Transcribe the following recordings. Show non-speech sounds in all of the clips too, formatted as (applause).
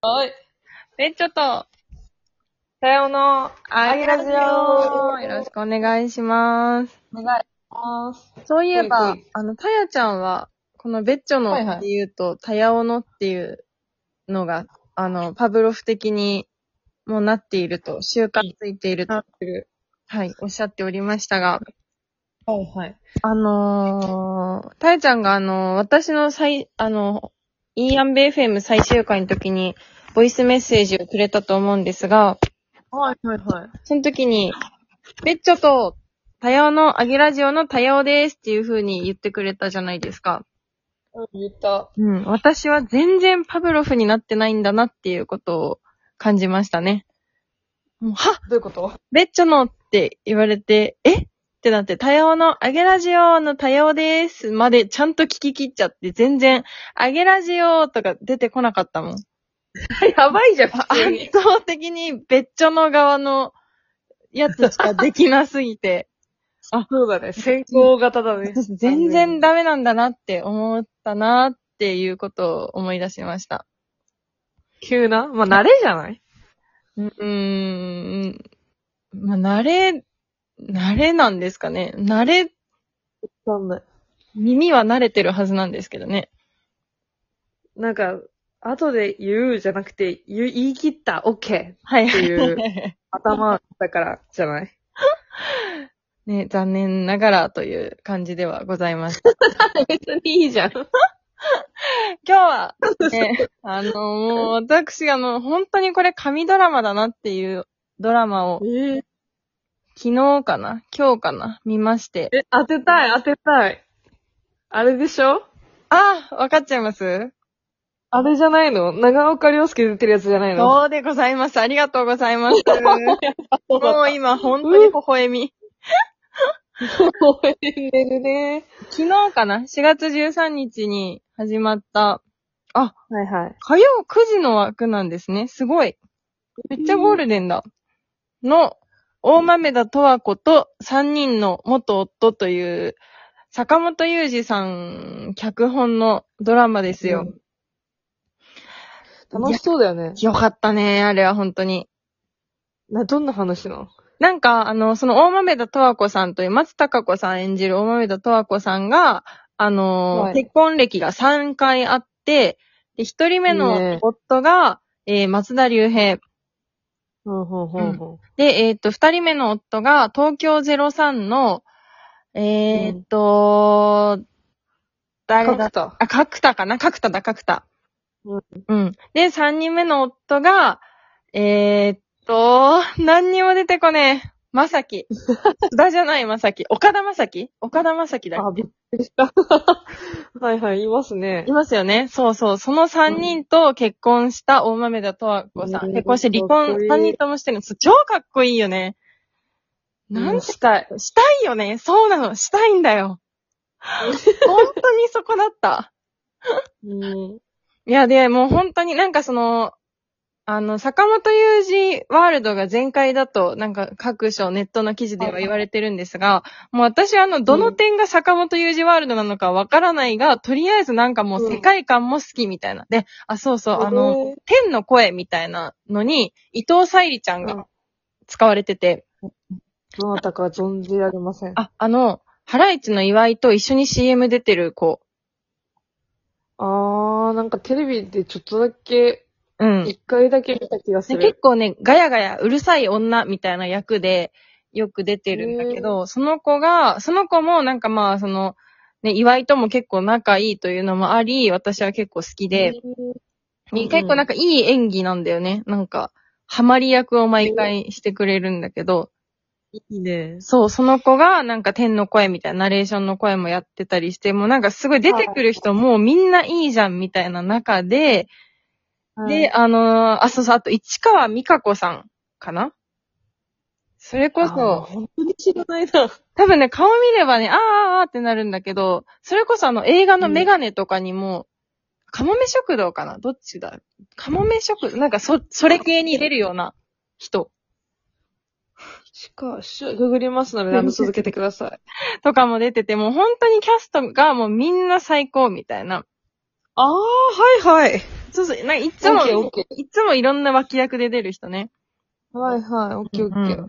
はい。ベッチョと、さようなら。あげラジオ。よろしくお願いします。お願いします。そういえば、ほいほいあの、たやちゃんは、このベッチョはいはいのっていうと、たやおのっていうのが、あの、パブロフ的にもうなっていると、習慣ついていると、はい、おっしゃっておりましたが、はいはい。あのー、たやちゃんがあのー私の最、あの、イーアンベ FM 最終回の時に、ボイスメッセージをくれたと思うんですが、はいはいはい。その時に、ベッチョと、多様の、アゲラジオの多様ですっていう風に言ってくれたじゃないですか。うん、言った。うん。私は全然パブロフになってないんだなっていうことを感じましたね。もうはどうい (laughs) うことベッチョのって言われて、えってなって、多様の、アゲラジオの多様ですまでちゃんと聞き切っちゃって、全然、アゲラジオとか出てこなかったもん。やばいじゃん、普圧。倒的にベッチョの側のやつしかできなすぎて。そうだね。先行型だ (laughs) ね。私全然ダメなんだなって思ったなっていうことを思い出しました。急な (laughs) まあ、慣れじゃないうーん。まあ、慣れ、慣れなんですかね。慣れ、わかんない。耳は慣れてるはずなんですけどね。なんか、後で言うじゃなくて、言う言い切った、オッケはい。って (laughs) いう頭だからじゃない (laughs) ね、残念ながらという感じではございました。 (laughs) 別にいいじゃん。今日は、ね、あの、もう私がもう本当にこれ神ドラマだなっていうドラマをえ昨日かな今日かな見まして。え、当てたい、当てたい。あれでしょああ、わかっちゃいますあれじゃないの長岡亮介出てるやつじゃないのそうでございます。ありがとうございます。 (laughs) もう今、本当に微笑み。覚えてるね。昨日かな ?4 月13日に始まった、はいはい。火曜9時の枠なんですね。すごい。めっちゃゴールデンだ。の、大豆田十和子と3人の元夫という、坂本雄二さん脚本のドラマですよ。楽しそうだよね。よかったね、あれは本当に。な、どんな話なのなんか、あの、その大豆田十和子さんという松たか子さん演じる大豆田十和子さんが、あのー、はい結婚歴が3回あって、で、一人目いいのね夫が、えー松田龍平。ほうほうほうほで、えーっと、二人目の夫が、東京03の、えーっと、う。誰角だ田。あ、角田かな角田だ、角田。うん。うん。で、三人目の夫が、えーっと、何にも出てこねえ。まさき。津田じゃないまさき。岡田まさき岡田まさきだ。あ、びっくりした。 (laughs) はいはい、いますねい。ますよね。そうそう。その三人と結婚した大豆田十和子さん。うん結婚して離かっこい婚、い三人ともしてるの。そう超かっこいいよね。なんしたい。したいよね。そうなの。したいんだ (laughs) よ。本当にそこだった。うん。いや、で、もう本当になんかその、あの、坂本雄二ワールドが全開だと、なんか各所ネットの記事では言われてるんですが、もう私あの、どの点が坂本雄二ワールドなのかわからないが、とりあえずなんかもう世界観も好きみたいな。で、あ、そうそう、あの、えー、天の声みたいなのに、伊藤沙莉ちゃんうんが使われてて、どなたか存じられません。あ、あの、ハライチの岩井と一緒に CM 出てる子。あー、なんかテレビでちょっとだけ、うん。一回だけ見た気がすねる。結構ね、ガヤガヤ、うるさい女みたいな役でよく出てるんだけど、その子が、その子もなんかまあ、その、ね、岩井とも結構仲いいというのもあり、私は結構好きうで、んね結構なんかいい演技なんだよね。なんか、ハマり役を毎回してくれるんだけど、いいね。そう、その子がなんか天の声みたいなナレーションの声もやってたりして、もうなんかすごい出てくる人もうみんないいじゃんみたいな中で、で、、あのーあ、そうそう、あと市川美香子さんかなそれこそ、本当に知らないな。多分ね、顔見ればね、あーあーあーってなるんだけど、それこそあの映画のメガネとかにも、カモメ食堂かなどっちだカモメ食堂なんかそ、それ系に出るような人しかし、ググりますので、あ (laughs) の、続けてください。とかも出てて、もう本当にキャストがもうみんな最高みたいな。あー、はいはい。そうそう、なんかいつも、オッケーオッケいつもいろんな脇役で出る人ね。はいはい、オッケーオッケー。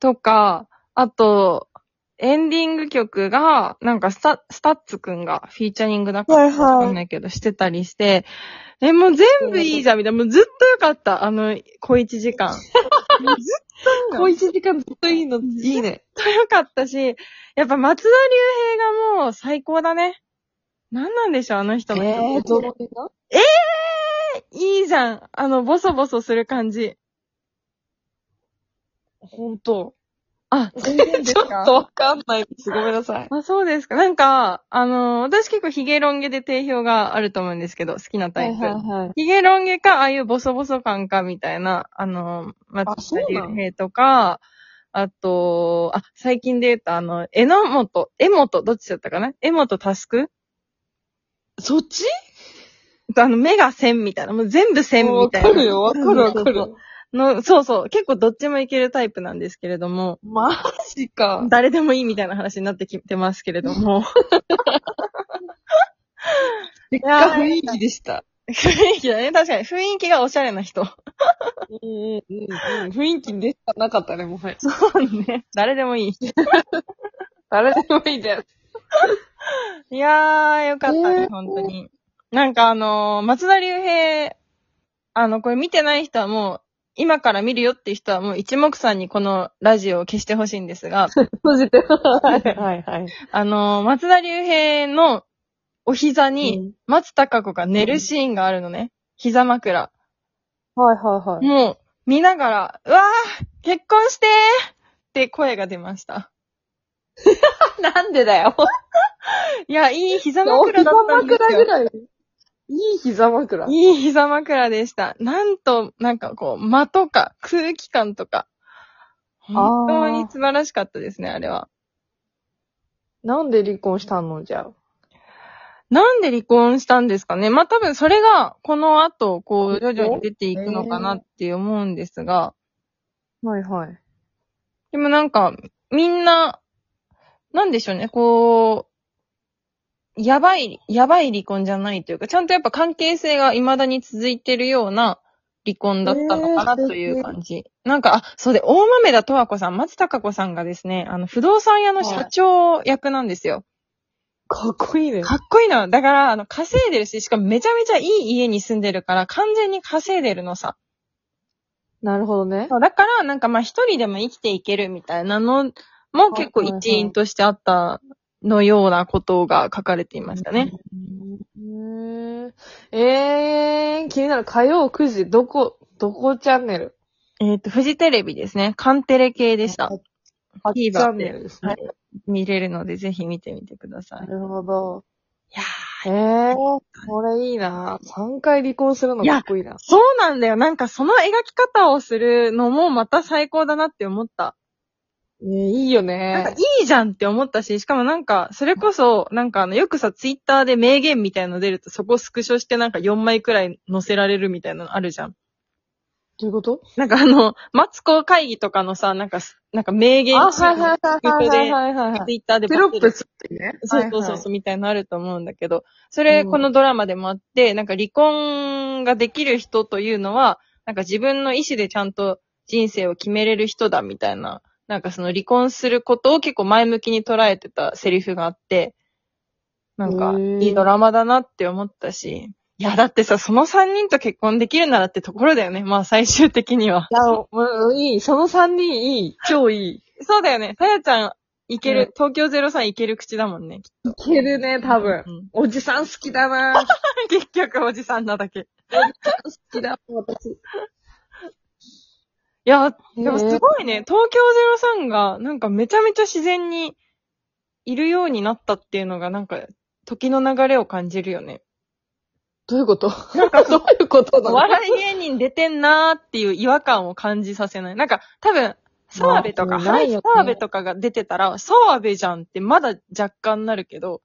とか、あと、エンディング曲が、なんかスタ、スタッツくんがフィーチャリングだから、はいはいわかんないけど、してたりして、え、もう全部いいじゃん、みたいな。もうずっとよかった、あの、小一時間。 (laughs) 小一時間ずっといいの、いいね。ずっとよかったし、やっぱ松田龍平がもう最高だね。なんなんでしょう、あの人の。えー、どの辺がいいじゃん。あの、ボソボソする感じ。ほんと。あ、全然ですちょかっとわかんないです。ごめんなさい。あ、そうですか。なんか、あの私結構ヒゲロン毛で定評があると思うんですけど、好きなタイプ。はい。ヒゲロン毛か、ああいうボソボソ感か、みたいな、あの松そう田なの龍平とか、あと、あ、最近で言うと、あの、榎本、江本、どっちだったかな江本タスクそっちあの、目が線みたいな、もう全部線みわたいかな。るよ、わかるわかる。の、そうそう。結構どっちもいけるタイプなんですけれども、マジか。誰でもいいみたいな話になってきてますけれ (laughs) ども。結果雰囲気でした。雰囲気だね。確かに。雰囲気がおしゃれな人。うんうんうんうん。雰囲気出たなかったね、もはや。そうね。 (laughs) 誰でもいい。誰でもいいんだよ。いやー、よかったえね、ー本当に。なんかあのー松田龍平、あの、これ見てない人はもう、今から見るよっていう人はもう一目散にこのラジオを消してほしいんですが、閉じて。はいはいはい。あのー松田龍平のお膝に、松たか子が寝るシーンがあるのね。膝枕。はいはいはい。もう、見ながら、うわー結婚してーって声が出ました。なんでだよ。いや、いい膝お枕膝だったんで枕すぐよ。らい。いい膝枕。いい膝枕でした。なんと、なんかこう、間とか空気感とか。本当に素晴らしかったですね、あれは。なんで離婚したのじゃあ。なんで離婚したんですかねまあ、多分それが、この後、こう、徐々に出ていくのかなって思うんですが、はいはい。でもなんか、みんな、なんでしょうね、こう、やばい、やばい離婚じゃないというか、ちゃんとやっぱ関係性が未だに続いてるような離婚だったのかなえーという感じ。なんか、あ、そうで、大豆田十和子さん、松たか子さんがですね、あの、不動産屋の社長役なんですよ。かっこいいね。かっこいいの。だから、あの、稼いでるし、しかもめちゃめちゃいい家に住んでるから、完全に稼いでるのさ。なるほどね。そう、だから、なんかまあ一人でも生きていけるみたいなのも結構一因としてあったのようなことが書かれていましたね。うんえー、気になる。火曜9時、どこ、どこチャンネルえっ、と、フジテレビですね。カンテレ系でした。あチ TVer ャンネルですね。はい見れるので、ぜひ見てみてくださ。ないるほど。いやえー、これいいな3回離婚するのかっこいいな。そうなんだよ。なんかその描き方をするのもまた最高だなって思った。えーいいよなんかいね。いじゃんって思ったし、しかもなんか、それこそ、なんかあの、よくさ、ツイッターで名言みたいの出ると、そこスクショしてなんか4枚くらい載せられるみたいなのあるじゃん。どういうことなんかあの、マツコ会議とかのさ、なんかす、なんか名言あ、集のはいはいはいはいはいはいはい。ツイッターでテロバズッるプつってね。そうそうそうそう、みたいなのあると思うんだけど、それ、うんこのドラマでもあって、なんか離婚ができる人というのは、なんか自分の意思でちゃんと人生を決めれる人だみたいな、なんかその離婚することを結構前向きに捉えてたセリフがあって、なんかへ、ーいいドラマだなって思ったし、いや、だってさ、その3人と結婚できるならってところだよね。まあ最終的には。いや、もういい。その3人いい。 (laughs) 超いい。そうだよね。さやちゃん、いける、うん東京03いける口だもんね。いけるね、多分。うん (laughs) おじさん好きだな好結局おじさんなだけ。いきだ、私。や、でもすごいね、東京03が、なんかめちゃめちゃ自然にいるようになったっていうのが、なんか、時の流れを感じるよね。どういうことなんか、どういうことおなの笑い芸人出てんなーっていう違和感を感じさせない。なんか、多分、澤部とまか、あハないイよね澤部とかが出てたら、澤部じゃんってまだ若干なるけど、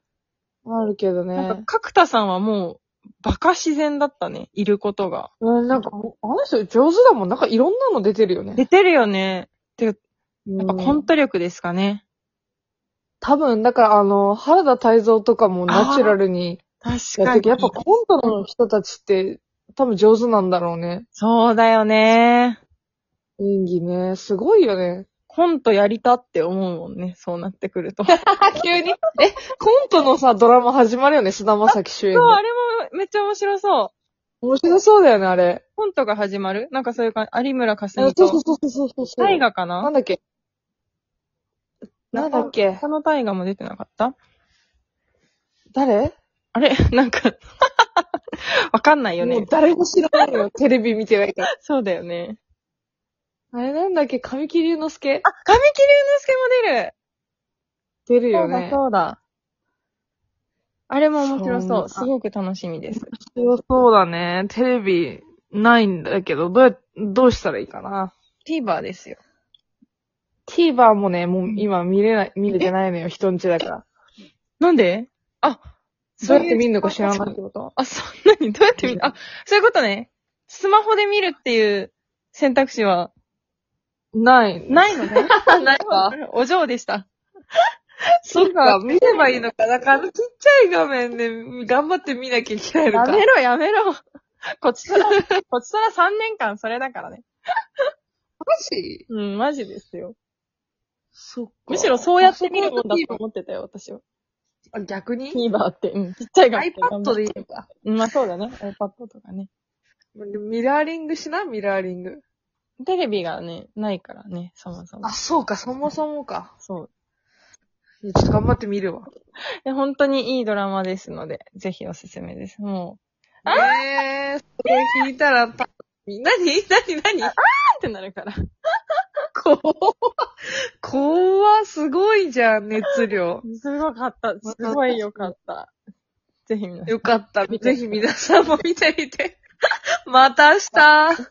あるけどなんねか、。角田さんはもう、バカ自然だったね、いることが。うん、なんか、あの人上手だもん。なんかいろんなの出てるよね。出てるよね。やっぱコうんント力ですかね。多分、だからあの、原田泰造とかもナチュラルに確やってるけどやっぱコントの人たちって、多分上手なんだろうね。そうだよね。演技ね。すごいよね。コントやりたって思うもんね。そうなってくると。 (laughs) 急に。え、コントのさ、ドラマ始まるよね。菅田将暉主演そう、のあれもめっちゃ面白そう。面白そうだよね、あれ。コントが始まるなんかそういう感じ。有村架そう純そうそとう。そうそうそうそう。大河かななんだっけなんだっけ他の大河も出てなかった誰あれ (laughs) なんか、わかんないよもねう。誰も知らないよ。 (laughs) テレビ見てないから。そうだよね。あれなんだっけ神木隆之介あ、神木隆之介も出る出るそようだ、。ねそうだ。あれも面白そうそなう。すごく楽しみです。強そうだね。テレビないんだけど、どうや、どうしたらいいかな。 TVer ですよ。 TVer もね、もう今見れない、見れてないのよ、人んちだから。なんであ、どうやって見るのか知らないってことあ、そんなにどうやって見るあ、そういうことね。スマホで見るっていう選択肢はない。ないのね。 (laughs) ないわ。お嬢でした。そっか、見ればいいのか。だから、あのちっちゃい画面で頑張って見なきゃいけないのやか。めろ、やめ (laughs) ろ。こっちとら、こっちとら3年間それだからね。ジうん、マジですよ。そっか。むしろそうやって見るもんだと思ってたよ、私は。あ逆に TVer って。うん、ちっちゃい画面 iPad でいいのか。うんまあそうだね。iPad とかね。ミラーリングしな、ミラーリング。テレビがね、ないからね、そもそもあ、。そうか、そもそもか。そう。ちょっと頑張ってみるわ。で、本当にいいドラマですので、ぜひおすすめです。もえー、それ聞いたら、た、なになになにう、なんてなるから。怖怖すごいじゃん、熱量。すごかった。すごいよかった。ぜひ皆さん。よかった。ぜひ皆さんも見てみて。また明日